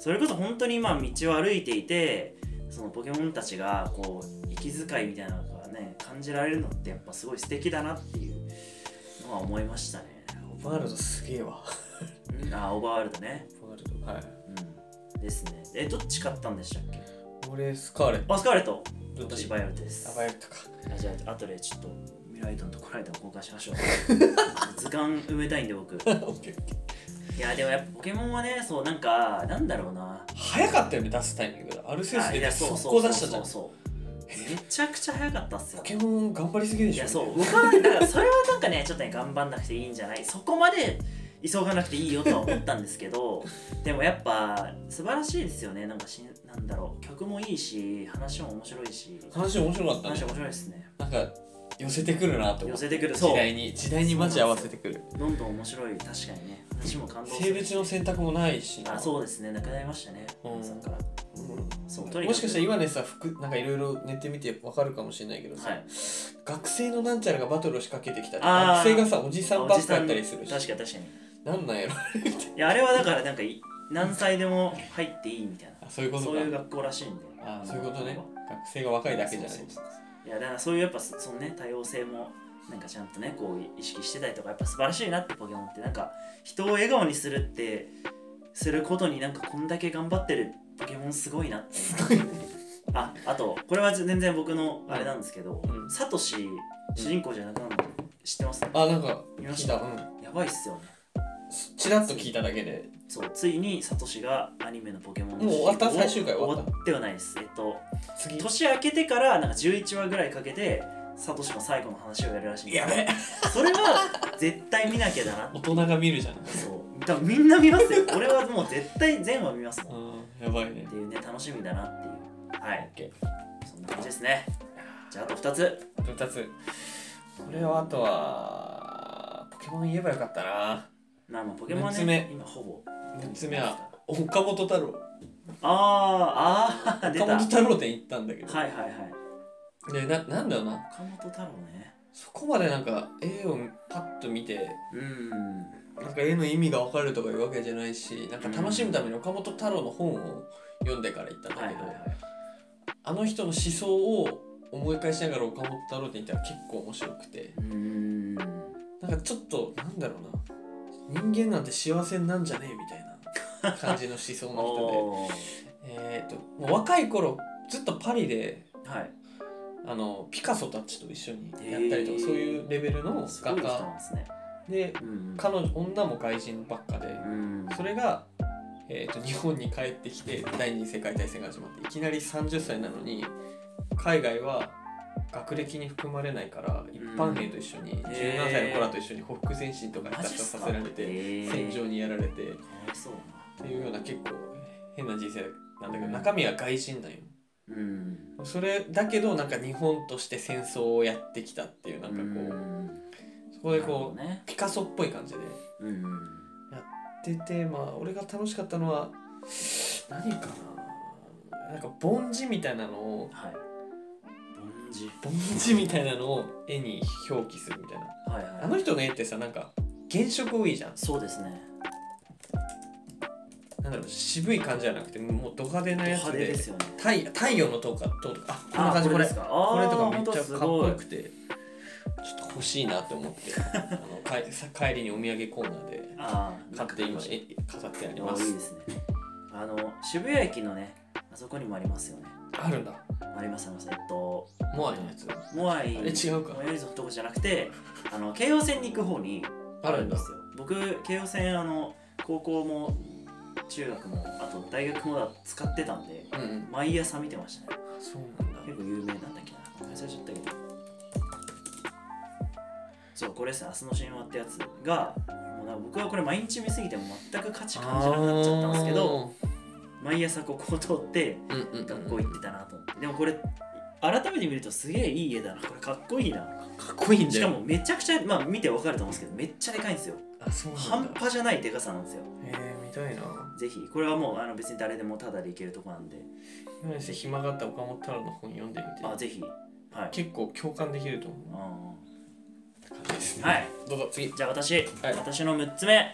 Speaker 1: それこそ本当に今道を歩いていてそのポケモンたちがこう息遣いみたいなのがね感じられるのってやっぱすごい素敵だなっていうのは思いましたね、
Speaker 2: オバールドすげえわ
Speaker 1: うん、あーオーバーワールドね、
Speaker 2: オバールドはい
Speaker 1: うん、ですねえどっち買ったんでしたっけ
Speaker 2: 俺スカーレッ
Speaker 1: あスカーレット
Speaker 2: トどっ
Speaker 1: 私
Speaker 2: ち
Speaker 1: バイオレットです
Speaker 2: あバイオレットか
Speaker 1: あじゃあ後でちょっと未来とのところで交換しましょう 図鑑埋めたいんで僕い
Speaker 2: オッケーオッケー
Speaker 1: やでもやっぱポケモンはねそうなんかなんだろうな
Speaker 2: 早かったよね出すタイミングがアルセウス
Speaker 1: あい
Speaker 2: で
Speaker 1: やそう
Speaker 2: 速
Speaker 1: そう
Speaker 2: 攻
Speaker 1: そう
Speaker 2: 出したじ
Speaker 1: そ
Speaker 2: ゃん
Speaker 1: うそうめちゃくちゃ早かったっすよ
Speaker 2: ポケモン頑張りすぎで
Speaker 1: い
Speaker 2: しょ
Speaker 1: やそう僕はだからそれはなんかねちょっとね頑張んなくていいんじゃないそこまで急がなくていいよとは思ったんですけど でもやっぱ素晴らしいですよねなんかしなんだろう曲もいいし話も面白いし
Speaker 2: 話面白かったね
Speaker 1: 話面白いですね
Speaker 2: なんか寄せてくるなと思
Speaker 1: 寄
Speaker 2: って
Speaker 1: せてくる
Speaker 2: 時
Speaker 1: そう
Speaker 2: 代に時代にマジ合わせてくる
Speaker 1: どんどん面白い確かにね話も感動す
Speaker 2: 性
Speaker 1: る
Speaker 2: 別の選択もないしな
Speaker 1: あそうですねなくなりましたね、
Speaker 2: うん
Speaker 1: 皆さんから
Speaker 2: うん
Speaker 1: そうとにか
Speaker 2: も
Speaker 1: く
Speaker 2: しかしたら今ねさ服なんかいろいろ寝てみてわかるかもしれないけどさ、
Speaker 1: はい
Speaker 2: 学生のなんちゃらがバトルを仕掛けてきたり
Speaker 1: あー
Speaker 2: 学生がさおじさんばっかやったりするし
Speaker 1: 確かに確かに
Speaker 2: なんなんやろ
Speaker 1: いやあれはだからなんかい何歳でも入っていいみたいな
Speaker 2: あそういうことか
Speaker 1: そういう学校らしいんで
Speaker 2: あーそういうことね学生が若いだけじゃない
Speaker 1: そうそうそういやだからそういうやっぱそそのね多様性もなんかちゃんとねこう意識してたりとかやっぱ素晴らしいなってポケモンってなんか人を笑顔にするってすることになんかこんだけ頑張ってるポケモンすごいなって ああとこれは全然僕のあれなんですけど、
Speaker 2: うん
Speaker 1: サトシ主人公じゃなくなるの知ってます
Speaker 2: あなんか
Speaker 1: 見ま
Speaker 2: 聞
Speaker 1: し
Speaker 2: い
Speaker 1: た
Speaker 2: たうん
Speaker 1: やばいっすよね
Speaker 2: チラッと聞いただけで
Speaker 1: そうついにサトシがアニメのポケモンの
Speaker 2: もう終わった
Speaker 1: 主人公を
Speaker 2: 最終回終わった
Speaker 1: 終わってはないですえっと
Speaker 2: 次
Speaker 1: 年明けてからなんか11話ぐらいかけてサトシの最後の話をやるらしいんです
Speaker 2: やべえ
Speaker 1: それは絶対見なきゃだな
Speaker 2: 大人が見るじゃんう
Speaker 1: そうだからみんな見ますよ俺はもう絶対全話見ますもんっ
Speaker 2: んやばいね
Speaker 1: ていうね楽しみだなっていうはい
Speaker 2: オッケー
Speaker 1: そんな感じですねじゃああと2つ
Speaker 2: あと2つこれはあとはポケモン言えばよかったな
Speaker 1: まあまあポケモンは
Speaker 2: 六つ目
Speaker 1: ね今ほぼ
Speaker 2: 6つ目は岡本太郎
Speaker 1: あーあー出
Speaker 2: 岡本
Speaker 1: たはい
Speaker 2: 太郎店行ったんだけど、
Speaker 1: はいはい
Speaker 2: でななんだろうな
Speaker 1: 岡本太郎ね
Speaker 2: そこまでなんか絵をパッと見て
Speaker 1: うん
Speaker 2: なんか絵の意味が分かるとかいうわけじゃないしなんか楽しむために岡本太郎の本を読んでから行ったんだ
Speaker 1: は
Speaker 2: け
Speaker 1: いは
Speaker 2: ど、
Speaker 1: いはい
Speaker 2: あの人の思想を思い返しながら岡本太郎店行ったら結構面白くて
Speaker 1: うん
Speaker 2: なんかちょっとなんだろうな人間なんて幸せなんじゃねえみたいな感じの思想の人 で。
Speaker 1: おー
Speaker 2: えー、ともう若い頃ずっとパリで
Speaker 1: はい
Speaker 2: あのピカソたちと一緒にやったりとか、
Speaker 1: へー
Speaker 2: そういうレベルの
Speaker 1: す
Speaker 2: 画
Speaker 1: ごい人
Speaker 2: 家
Speaker 1: なんですね
Speaker 2: で
Speaker 1: うん
Speaker 2: 彼女女も外人ばっかで
Speaker 1: うん
Speaker 2: それが、えー、と日本に帰ってきて第二次世界大戦が始まっていきなり30歳なのに海外は学歴に含まれないから一般兵と一緒に、17歳の子らと一緒にほふく前進とかひ
Speaker 1: マ
Speaker 2: た
Speaker 1: ジっ
Speaker 2: すら
Speaker 1: す
Speaker 2: さ
Speaker 1: か
Speaker 2: せられて戦場
Speaker 1: に
Speaker 2: にやられてっ
Speaker 1: かわいそうだな
Speaker 2: ていうような結構変な人生なんだけど、
Speaker 1: うん
Speaker 2: 中身は外人なんよ。
Speaker 1: うん
Speaker 2: それだけどなんか日本として戦争をやってきたっていうなんかこう、そこ
Speaker 1: う
Speaker 2: で
Speaker 1: ん
Speaker 2: こう、
Speaker 1: なるほどね
Speaker 2: ピカソっぽい感じで
Speaker 1: うん
Speaker 2: 出てまあ俺が楽しかったのは何かななんか凡字みたいなのを
Speaker 1: はい凡人
Speaker 2: 凡字みたいなのを絵に表記するみたいな
Speaker 1: はいはい
Speaker 2: あの人の絵ってさなんか原色多いじゃん
Speaker 1: そうですね
Speaker 2: なんだろう渋い感じじゃなくてもうド派手なやつ
Speaker 1: 派手
Speaker 2: で
Speaker 1: ですよね
Speaker 2: 太太陽の塔か塔とかあこんな
Speaker 1: あ
Speaker 2: 感じ
Speaker 1: こ
Speaker 2: こ
Speaker 1: れ
Speaker 2: れこ
Speaker 1: です
Speaker 2: れ
Speaker 1: かあ
Speaker 2: とか
Speaker 1: ー
Speaker 2: めっ
Speaker 1: 本当
Speaker 2: ちゃ
Speaker 1: す
Speaker 2: かっ
Speaker 1: ご
Speaker 2: こ
Speaker 1: い
Speaker 2: よくてちょっと欲しいなって思ってあのかえさ帰りにお土産コーナーで
Speaker 1: あー
Speaker 2: 買って今え飾ってあり
Speaker 1: あ
Speaker 2: ま
Speaker 1: ーいい
Speaker 2: す
Speaker 1: ですねあの渋谷駅のねあそこにもありますよね
Speaker 2: あるんだ
Speaker 1: ありますありますえっと
Speaker 2: モアイのやつ
Speaker 1: モアイ
Speaker 2: あれ違うか
Speaker 1: モアイのとこじゃなくてあの京葉線に行く方に
Speaker 2: あるん
Speaker 1: で
Speaker 2: だ
Speaker 1: すよ僕京葉線あの高校も中学もあと大学も使ってたんで
Speaker 2: うんうん
Speaker 1: 毎朝見てましたね
Speaker 2: そうなんだ
Speaker 1: 結構有名なんだっけな忘れちゃったけどそうこれですね「明日の神話」ってやつがもうなんか僕はこれ毎日見すぎても全く価値感じなくなっちゃったんですけど毎朝ここを通って
Speaker 2: あーうんうんうん
Speaker 1: 学校行ってたなと思ってでもこれ改めて見るとすげえいい家だなこれかっこいいな
Speaker 2: かっこいいんだ
Speaker 1: し
Speaker 2: よ
Speaker 1: かもめちゃくちゃまあ見てわかると思うんですけどめっちゃでかいんですよ
Speaker 2: あそうな
Speaker 1: 半
Speaker 2: んだ
Speaker 1: 端じゃないでかさなんですよ
Speaker 2: えー、見たいな
Speaker 1: ぜひこれはもうあの別に誰でもタダで行けるとこなんで
Speaker 2: 今して暇があったら岡本太郎の本読んでみ
Speaker 1: あ
Speaker 2: て
Speaker 1: ぜひはい
Speaker 2: 結構共感できると思う
Speaker 1: うん
Speaker 2: 感じですね
Speaker 1: はい
Speaker 2: どうぞ次
Speaker 1: じゃあ私、
Speaker 2: はい
Speaker 1: 私の6つ目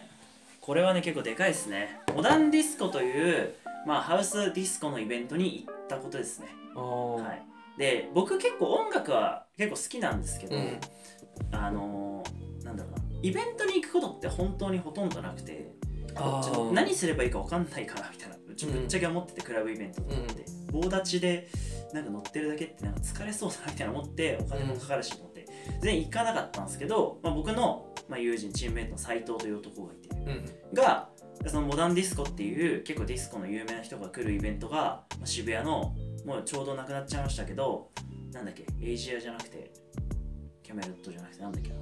Speaker 1: これはね結構でかいですねモダンディスコという、まあ、ハウスディスコのイベントに行ったことですね、
Speaker 2: ああ、
Speaker 1: は、い、で僕結構音楽は結構好きなんですけど、
Speaker 2: うん
Speaker 1: あのーなんだろうなイベントに行くことって本当にほとんどなくて
Speaker 2: あ
Speaker 1: ちょっと何すればいいか分かんないかなみたいなうちぶっちゃけ思ってて、クラブイベントとかって、棒立ちでなんか乗ってるだけってなんか疲れそうだなみたいな思ってお金もかかるしと思って全然行かなかったんですけど、まあ、僕の、まあ、友人チームメイトの斎藤という男がいて
Speaker 2: うん
Speaker 1: がそのモダンディスコっていう結構ディスコの有名な人が来るイベントがまあ渋谷のもうちょうどなくなっちゃいましたけどなんだっけエイジアじゃなくてキャメロットじゃなくてなんだっけな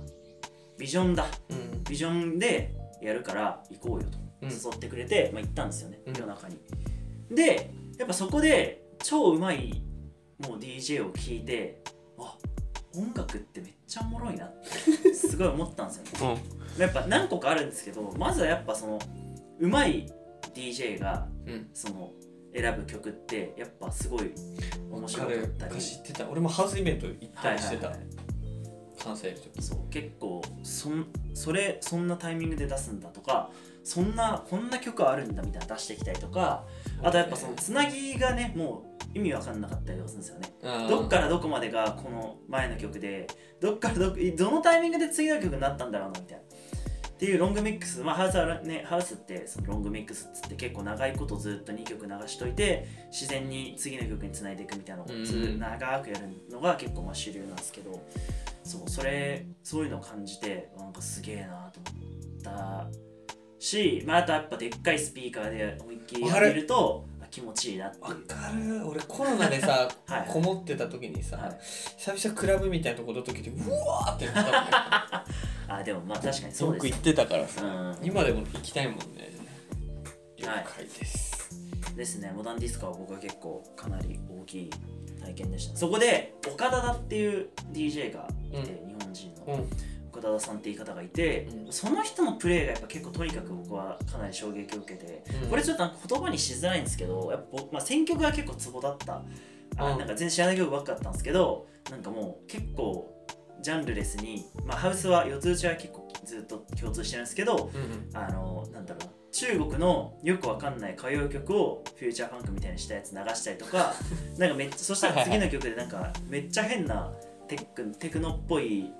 Speaker 1: ビジョンだ
Speaker 2: うん
Speaker 1: ビジョンでやるから行こうよと
Speaker 2: うん
Speaker 1: 誘ってくれて、まあ、行ったんですよね
Speaker 2: うん
Speaker 1: 夜中に、でやっぱそこで超うまいもう DJ を聞いてあ音楽ってめっちゃおもろいなってすごい思ったんですよね
Speaker 2: うん
Speaker 1: やっぱ何個かあるんですけどまずはやっぱそのうまい DJ が
Speaker 2: うん
Speaker 1: その選ぶ曲ってやっぱすごい面白か
Speaker 2: 彼
Speaker 1: ったり
Speaker 2: 昔行ってた俺もハウスイベント行った
Speaker 1: はい
Speaker 2: り
Speaker 1: は
Speaker 2: し
Speaker 1: い
Speaker 2: てた、
Speaker 1: はい
Speaker 2: 関西の時
Speaker 1: そう結構そんそれそんなタイミングで出すんだとかそんなこんな曲あるんだみたいなの出してきたりとかあとやっぱそのつなぎがねもう意味わかんなかったりとかするんですよねどっかららどこまでがこの前の曲でどっからどこどのタイミングで次の曲になったんだろうなみたいな。っていうロングミックス、まあ、ハウスはねハウスってそのロングミックスっつって結構長いことずっと2曲流しといて自然に次の曲につないでいくみたいなのをず
Speaker 2: うん
Speaker 1: 長くやるのが結構まあ主流なんですけどそうそれそういうのを感じてなんかすげえなと思ったし、まあ、あとやっぱでっかいスピーカーで思いっきりやってるとあ気持ちいいなっていう。
Speaker 2: わかる俺コロナで さ
Speaker 1: はい
Speaker 2: こもってた時にさ、
Speaker 1: はい
Speaker 2: 久々クラブみたいなとこ出た時でうわーってな った
Speaker 1: あでもまあ確かにそ
Speaker 2: もん、
Speaker 1: う
Speaker 2: ね、よく
Speaker 1: ですね
Speaker 2: 行ってたからさ、
Speaker 1: うん
Speaker 2: 今でも行きたいもんね了
Speaker 1: はい
Speaker 2: 解です、
Speaker 1: ですねモダンディスコは僕は結構かなり大きい体験でしたそこで岡田だっていう DJ がいて、
Speaker 2: うん
Speaker 1: 日本人
Speaker 2: う
Speaker 1: の
Speaker 2: ん
Speaker 1: 岡田さんっていう方がいて、
Speaker 2: うん
Speaker 1: その人のプレーがやっぱ結構とにかく僕はかなり衝撃を受けて、
Speaker 2: うん
Speaker 1: これちょっとなんか言葉にしづらいんですけどやっぱ僕、まあ、選曲が結構ツボだったあ、
Speaker 2: うん
Speaker 1: なんか全然知らない曲ばっかだったんですけどなんかもう結構ジャンルレスに、まあ、ハウスは四つ打ちは結構ずっと共通してるんですけど、
Speaker 2: うん
Speaker 1: あのなんだろうな中国のよくわかんない歌謡曲をフューチャーファンクみたいにしたやつ流したり とかなんかめっちゃそしたら次の曲でなんかめっちゃ変なテックテクノっぽい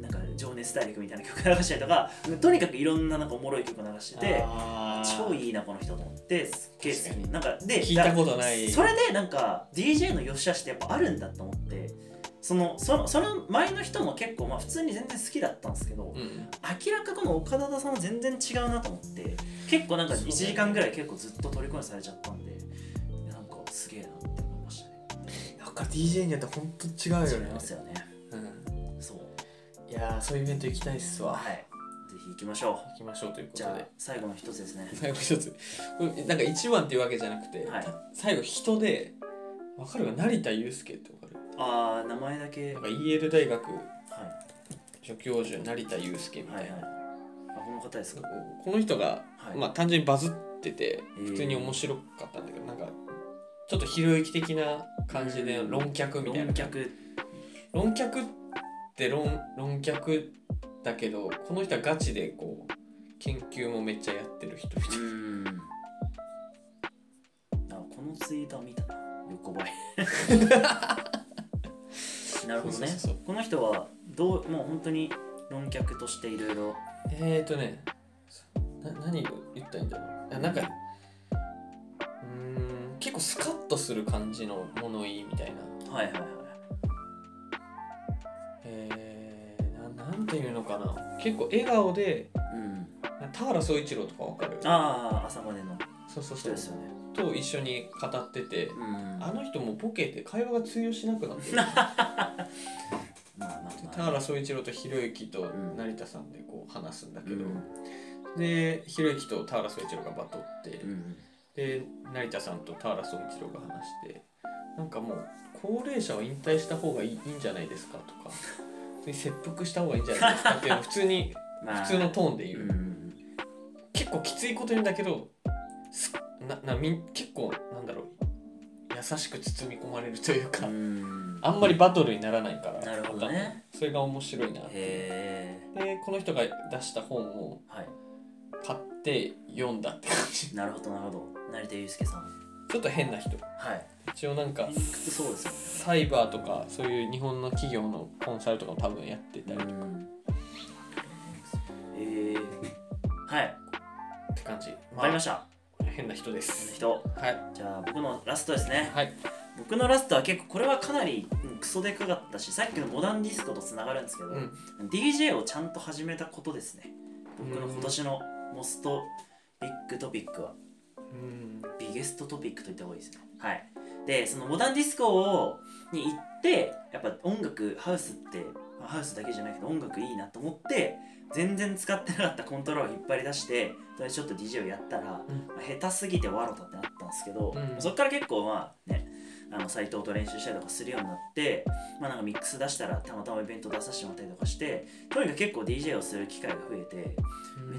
Speaker 1: なんか情熱大陸みたいな曲流したりとかとにかくいろんななんかおもろい曲流してて
Speaker 2: あー
Speaker 1: 超いいなこの人と思ってすっげえ好き
Speaker 2: 確かに
Speaker 1: なんかで
Speaker 2: 聞いたことない
Speaker 1: それでなんか DJ の良し悪しってやっぱあるんだと思ってそのそのその前の人も結構まあ普通に全然好きだったんですけ
Speaker 2: う
Speaker 1: ど、
Speaker 2: ん
Speaker 1: 明らかこの岡田さんは全然違うなと思って結構なんか
Speaker 2: そうだ
Speaker 1: 1
Speaker 2: ね
Speaker 1: 時間ぐらい結構ずっと虜にされちゃったんでいやなんかすげえなって思いましたね
Speaker 2: なんか DJ によってほんと違うよね
Speaker 1: 違いますよね
Speaker 2: うん、
Speaker 1: そう
Speaker 2: いやーそういうイベント行きたいっすわ
Speaker 1: はいぜひ行きましょう
Speaker 2: 行きましょうというこ
Speaker 1: じ
Speaker 2: と
Speaker 1: ゃ
Speaker 2: で
Speaker 1: あ最後の一つですね
Speaker 2: 最後一つこれなんか一番っていうわけじゃなくて、
Speaker 1: はい
Speaker 2: た最後人でわかるか成田悠介ってわかる
Speaker 1: ああ名前だけ
Speaker 2: な
Speaker 1: は
Speaker 2: んか EL 大学
Speaker 1: い
Speaker 2: 助教授成田悠介み
Speaker 1: は
Speaker 2: た
Speaker 1: い
Speaker 2: い
Speaker 1: はい
Speaker 2: な、
Speaker 1: あこの方ですか
Speaker 2: この人が、
Speaker 1: はい
Speaker 2: まあ単純にバズってて
Speaker 1: えー
Speaker 2: 普通に面白かったんだけど、なんかちょっとひろゆき的な感じで
Speaker 1: うん
Speaker 2: 論客みたいな
Speaker 1: 論客
Speaker 2: 論客って論論客だけどこの人はガチでこう研究もめっちゃやってる人みた
Speaker 1: う
Speaker 2: いな
Speaker 1: ーんあこのツイートは見たな横 ばいなるほどね
Speaker 2: そうそうそう
Speaker 1: この人はどうもう本当に論客としていろいろ
Speaker 2: えーとねな何を言ったらいいんだろうあなんかうーん結構スカッとする感じの物言いみたいな
Speaker 1: はいはいはい
Speaker 2: えー、ななんていうのかな結構笑顔で
Speaker 1: うん
Speaker 2: 田原総一郎とかわかる
Speaker 1: ああ朝までの
Speaker 2: そうそうそ
Speaker 1: 人
Speaker 2: う
Speaker 1: ですよね
Speaker 2: と一緒に語ってて
Speaker 1: うんま
Speaker 2: あ
Speaker 1: あ
Speaker 2: の人もボケて会話が通用しなくな ってる
Speaker 1: まあまあ
Speaker 2: 田原総一郎とひろゆきと
Speaker 1: ん
Speaker 2: 成田さんでこう話すんだけ
Speaker 1: う
Speaker 2: ど、
Speaker 1: ん
Speaker 2: でひろゆきと田原総一郎がバトって、
Speaker 1: うん
Speaker 2: で成田さんと田原総一郎が話してなんかもう高齢者を引退した方がいいいいんじゃないですかとか普通に切腹した方がいいんじゃないですか っていうのを普通に
Speaker 1: まあ
Speaker 2: 普通のトーンで言
Speaker 1: う
Speaker 2: う、
Speaker 1: ん
Speaker 2: 結構きついこと言うんだけどすななみん結構なんだろう優しく包み込まれるというか、
Speaker 1: うん
Speaker 2: あんまりバトルにならないから
Speaker 1: なるほどね
Speaker 2: それが面白いなっていう
Speaker 1: へえ
Speaker 2: でこの人が出した本を
Speaker 1: はい
Speaker 2: 買って読んだって感じち
Speaker 1: なるほどなるほど成田悠介さん
Speaker 2: ょっと変な人
Speaker 1: はい
Speaker 2: 一応なんか
Speaker 1: 理屈そうですよね
Speaker 2: サイバーとかそういう日本の企業のコンサルとかも多分やってたりっ
Speaker 1: えー、はい、
Speaker 2: て感じ
Speaker 1: わかりました。
Speaker 2: た変な人で
Speaker 1: この
Speaker 2: す
Speaker 1: 人、
Speaker 2: はい
Speaker 1: じゃあ僕のラストですね。
Speaker 2: はい
Speaker 1: 僕のラストは結構これはかなりうんクソでかかったし、さっきのモダンディスコとつながるんですけど、
Speaker 2: うん
Speaker 1: DJ をちゃんと始めたことですね。僕の今年のモストビッグトピックは。
Speaker 2: うん
Speaker 1: ビゲストトピックと言った方がいいですね。はい。で、そのモダンディスコをに行って、やっぱ音楽、ハウスって、まあハウスだけじゃないけど音楽いいなと思って、全然使ってなかったコントローラーを引っ張り出して、それでちょっと DJ をやったら、
Speaker 2: ん
Speaker 1: まあ下手すぎてワロタってなったんですけど、
Speaker 2: うん
Speaker 1: そっから結構まあね、あのサイトと練習したりとかするようになって、まあなんかミックス出したらたまたまイベント出させてもらったりとかして、とにかく結構 DJ をする機会が増えて、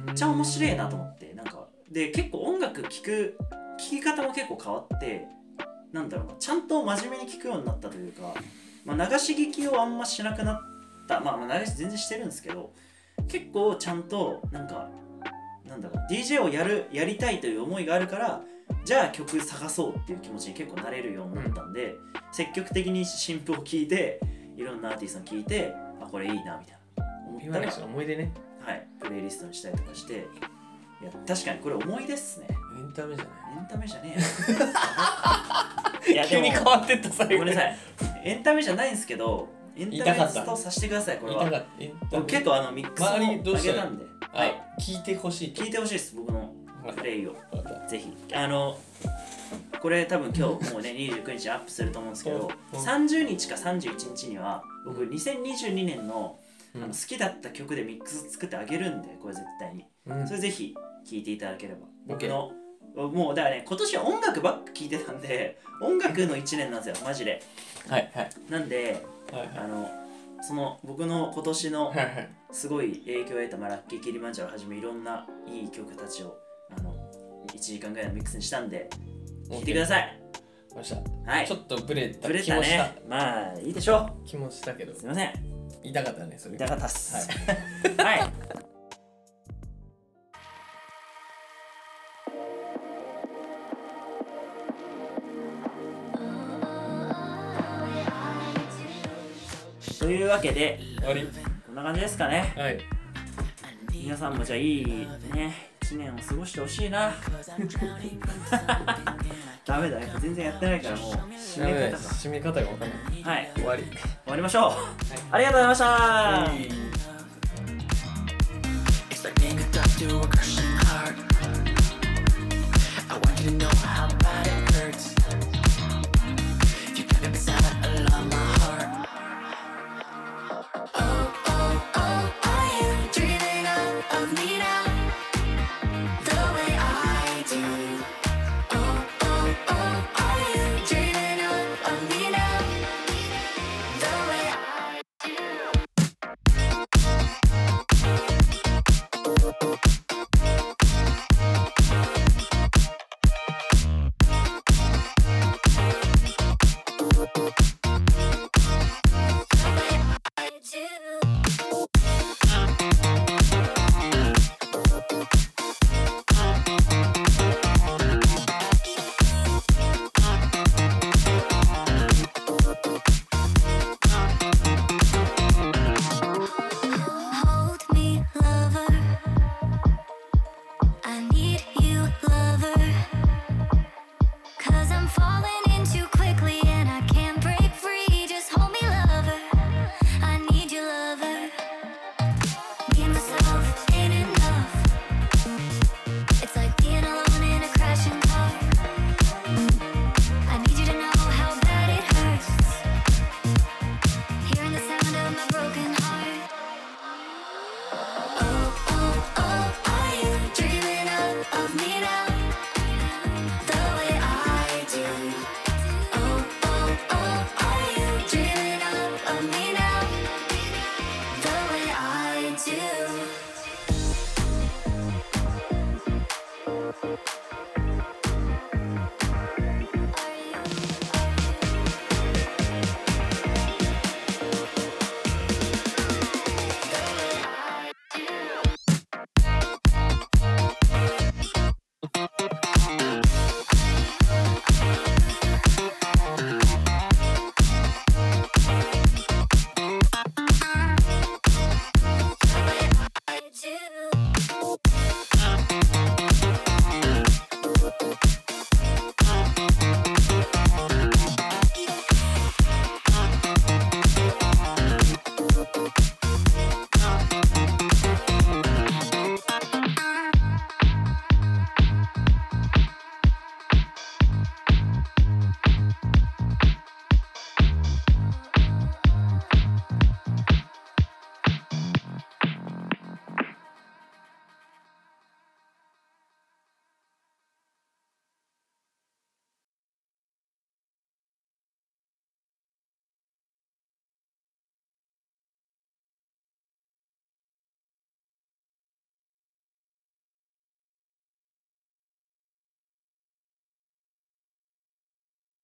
Speaker 1: めっちゃ面白いなと思ってなんかで結構音楽聴く聴き方も結構変わってなんだろうなちゃんと真面目に聴くようになったというか、まあ、流し聞きをあんましなくなったまあまあ流し全然してるんですけど結構ちゃんとなんかなんだろう DJ をやるやりたいという思いがあるからじゃあ曲探そうっていう気持ちに結構なれるようになったんで、積極的に新譜を聴いていろんなアーティストを聴いてあこれいいなみたいな思っ
Speaker 2: 今
Speaker 1: た
Speaker 2: の
Speaker 1: ら
Speaker 2: 人の思い出ね
Speaker 1: はい、プレイリストにしたりとかしていや確かにこれ思い出っすね
Speaker 2: エンタメじゃな
Speaker 1: エンタメじゃね えよいや
Speaker 2: い急に
Speaker 1: で
Speaker 2: 変
Speaker 1: も
Speaker 2: わってった最後
Speaker 1: ごめんなさいエンタメじゃないんですけどエン
Speaker 2: 言い
Speaker 1: タ
Speaker 2: た
Speaker 1: メ
Speaker 2: かった
Speaker 1: とさせてくださいこれ
Speaker 2: 言いたか
Speaker 1: は
Speaker 2: ったエンタ
Speaker 1: 僕
Speaker 2: メ
Speaker 1: 結構あのミックスも
Speaker 2: 周りどう
Speaker 1: あ
Speaker 2: した
Speaker 1: げ
Speaker 2: ら
Speaker 1: た
Speaker 2: いい
Speaker 1: んで、は
Speaker 2: あ
Speaker 1: い、
Speaker 2: 聞いてほしいと
Speaker 1: 聞いてほしいです僕の
Speaker 2: わか
Speaker 1: プ
Speaker 2: っ
Speaker 1: レイを
Speaker 2: たわかった
Speaker 1: ぜひあのこれ多分今日 もうね29日にアップすると思うんですけど
Speaker 2: うん
Speaker 1: 30日か31日には僕2022年の
Speaker 2: う
Speaker 1: あ
Speaker 2: ん
Speaker 1: の好きだった曲でミックス作ってあげるんでこれ絶対に
Speaker 2: うん
Speaker 1: それぜひ聞いていただければ僕
Speaker 2: OK
Speaker 1: のもうだからね今年は音楽ばっか聞いてたんで音楽の1年なんですよマジで
Speaker 2: はいはい
Speaker 1: なんで
Speaker 2: はいはい
Speaker 1: あのその僕の今年の
Speaker 2: はいはい
Speaker 1: すごい影響を得た、まあ、ラッキーキリマンジャロをはじめいろんないい曲たちをあの1時間ぐらいのミックスにしたんで聴いてください
Speaker 2: わかりました
Speaker 1: はい
Speaker 2: ちょっとブレた
Speaker 1: ブレ
Speaker 2: 気
Speaker 1: た
Speaker 2: もした
Speaker 1: ねまあいいでしょ
Speaker 2: 気もしたけど
Speaker 1: うすいません
Speaker 2: 痛かったねそれ
Speaker 1: 痛かったっす
Speaker 2: はい
Speaker 1: はいというわけで
Speaker 2: 終わり
Speaker 1: こんな感じですかね
Speaker 2: はい
Speaker 1: 皆さんもじゃあいいね1年を過ごしてほしいな ダメだやっぱ全然やってないからもう締
Speaker 2: やべ
Speaker 1: め
Speaker 2: え
Speaker 1: 方か
Speaker 2: 締め方がわかんない
Speaker 1: はい
Speaker 2: 終わり
Speaker 1: 終わりましょう、ありがとうございました、
Speaker 4: It's like being a doctor to a crushing heart. I want you to know Oh, Oh,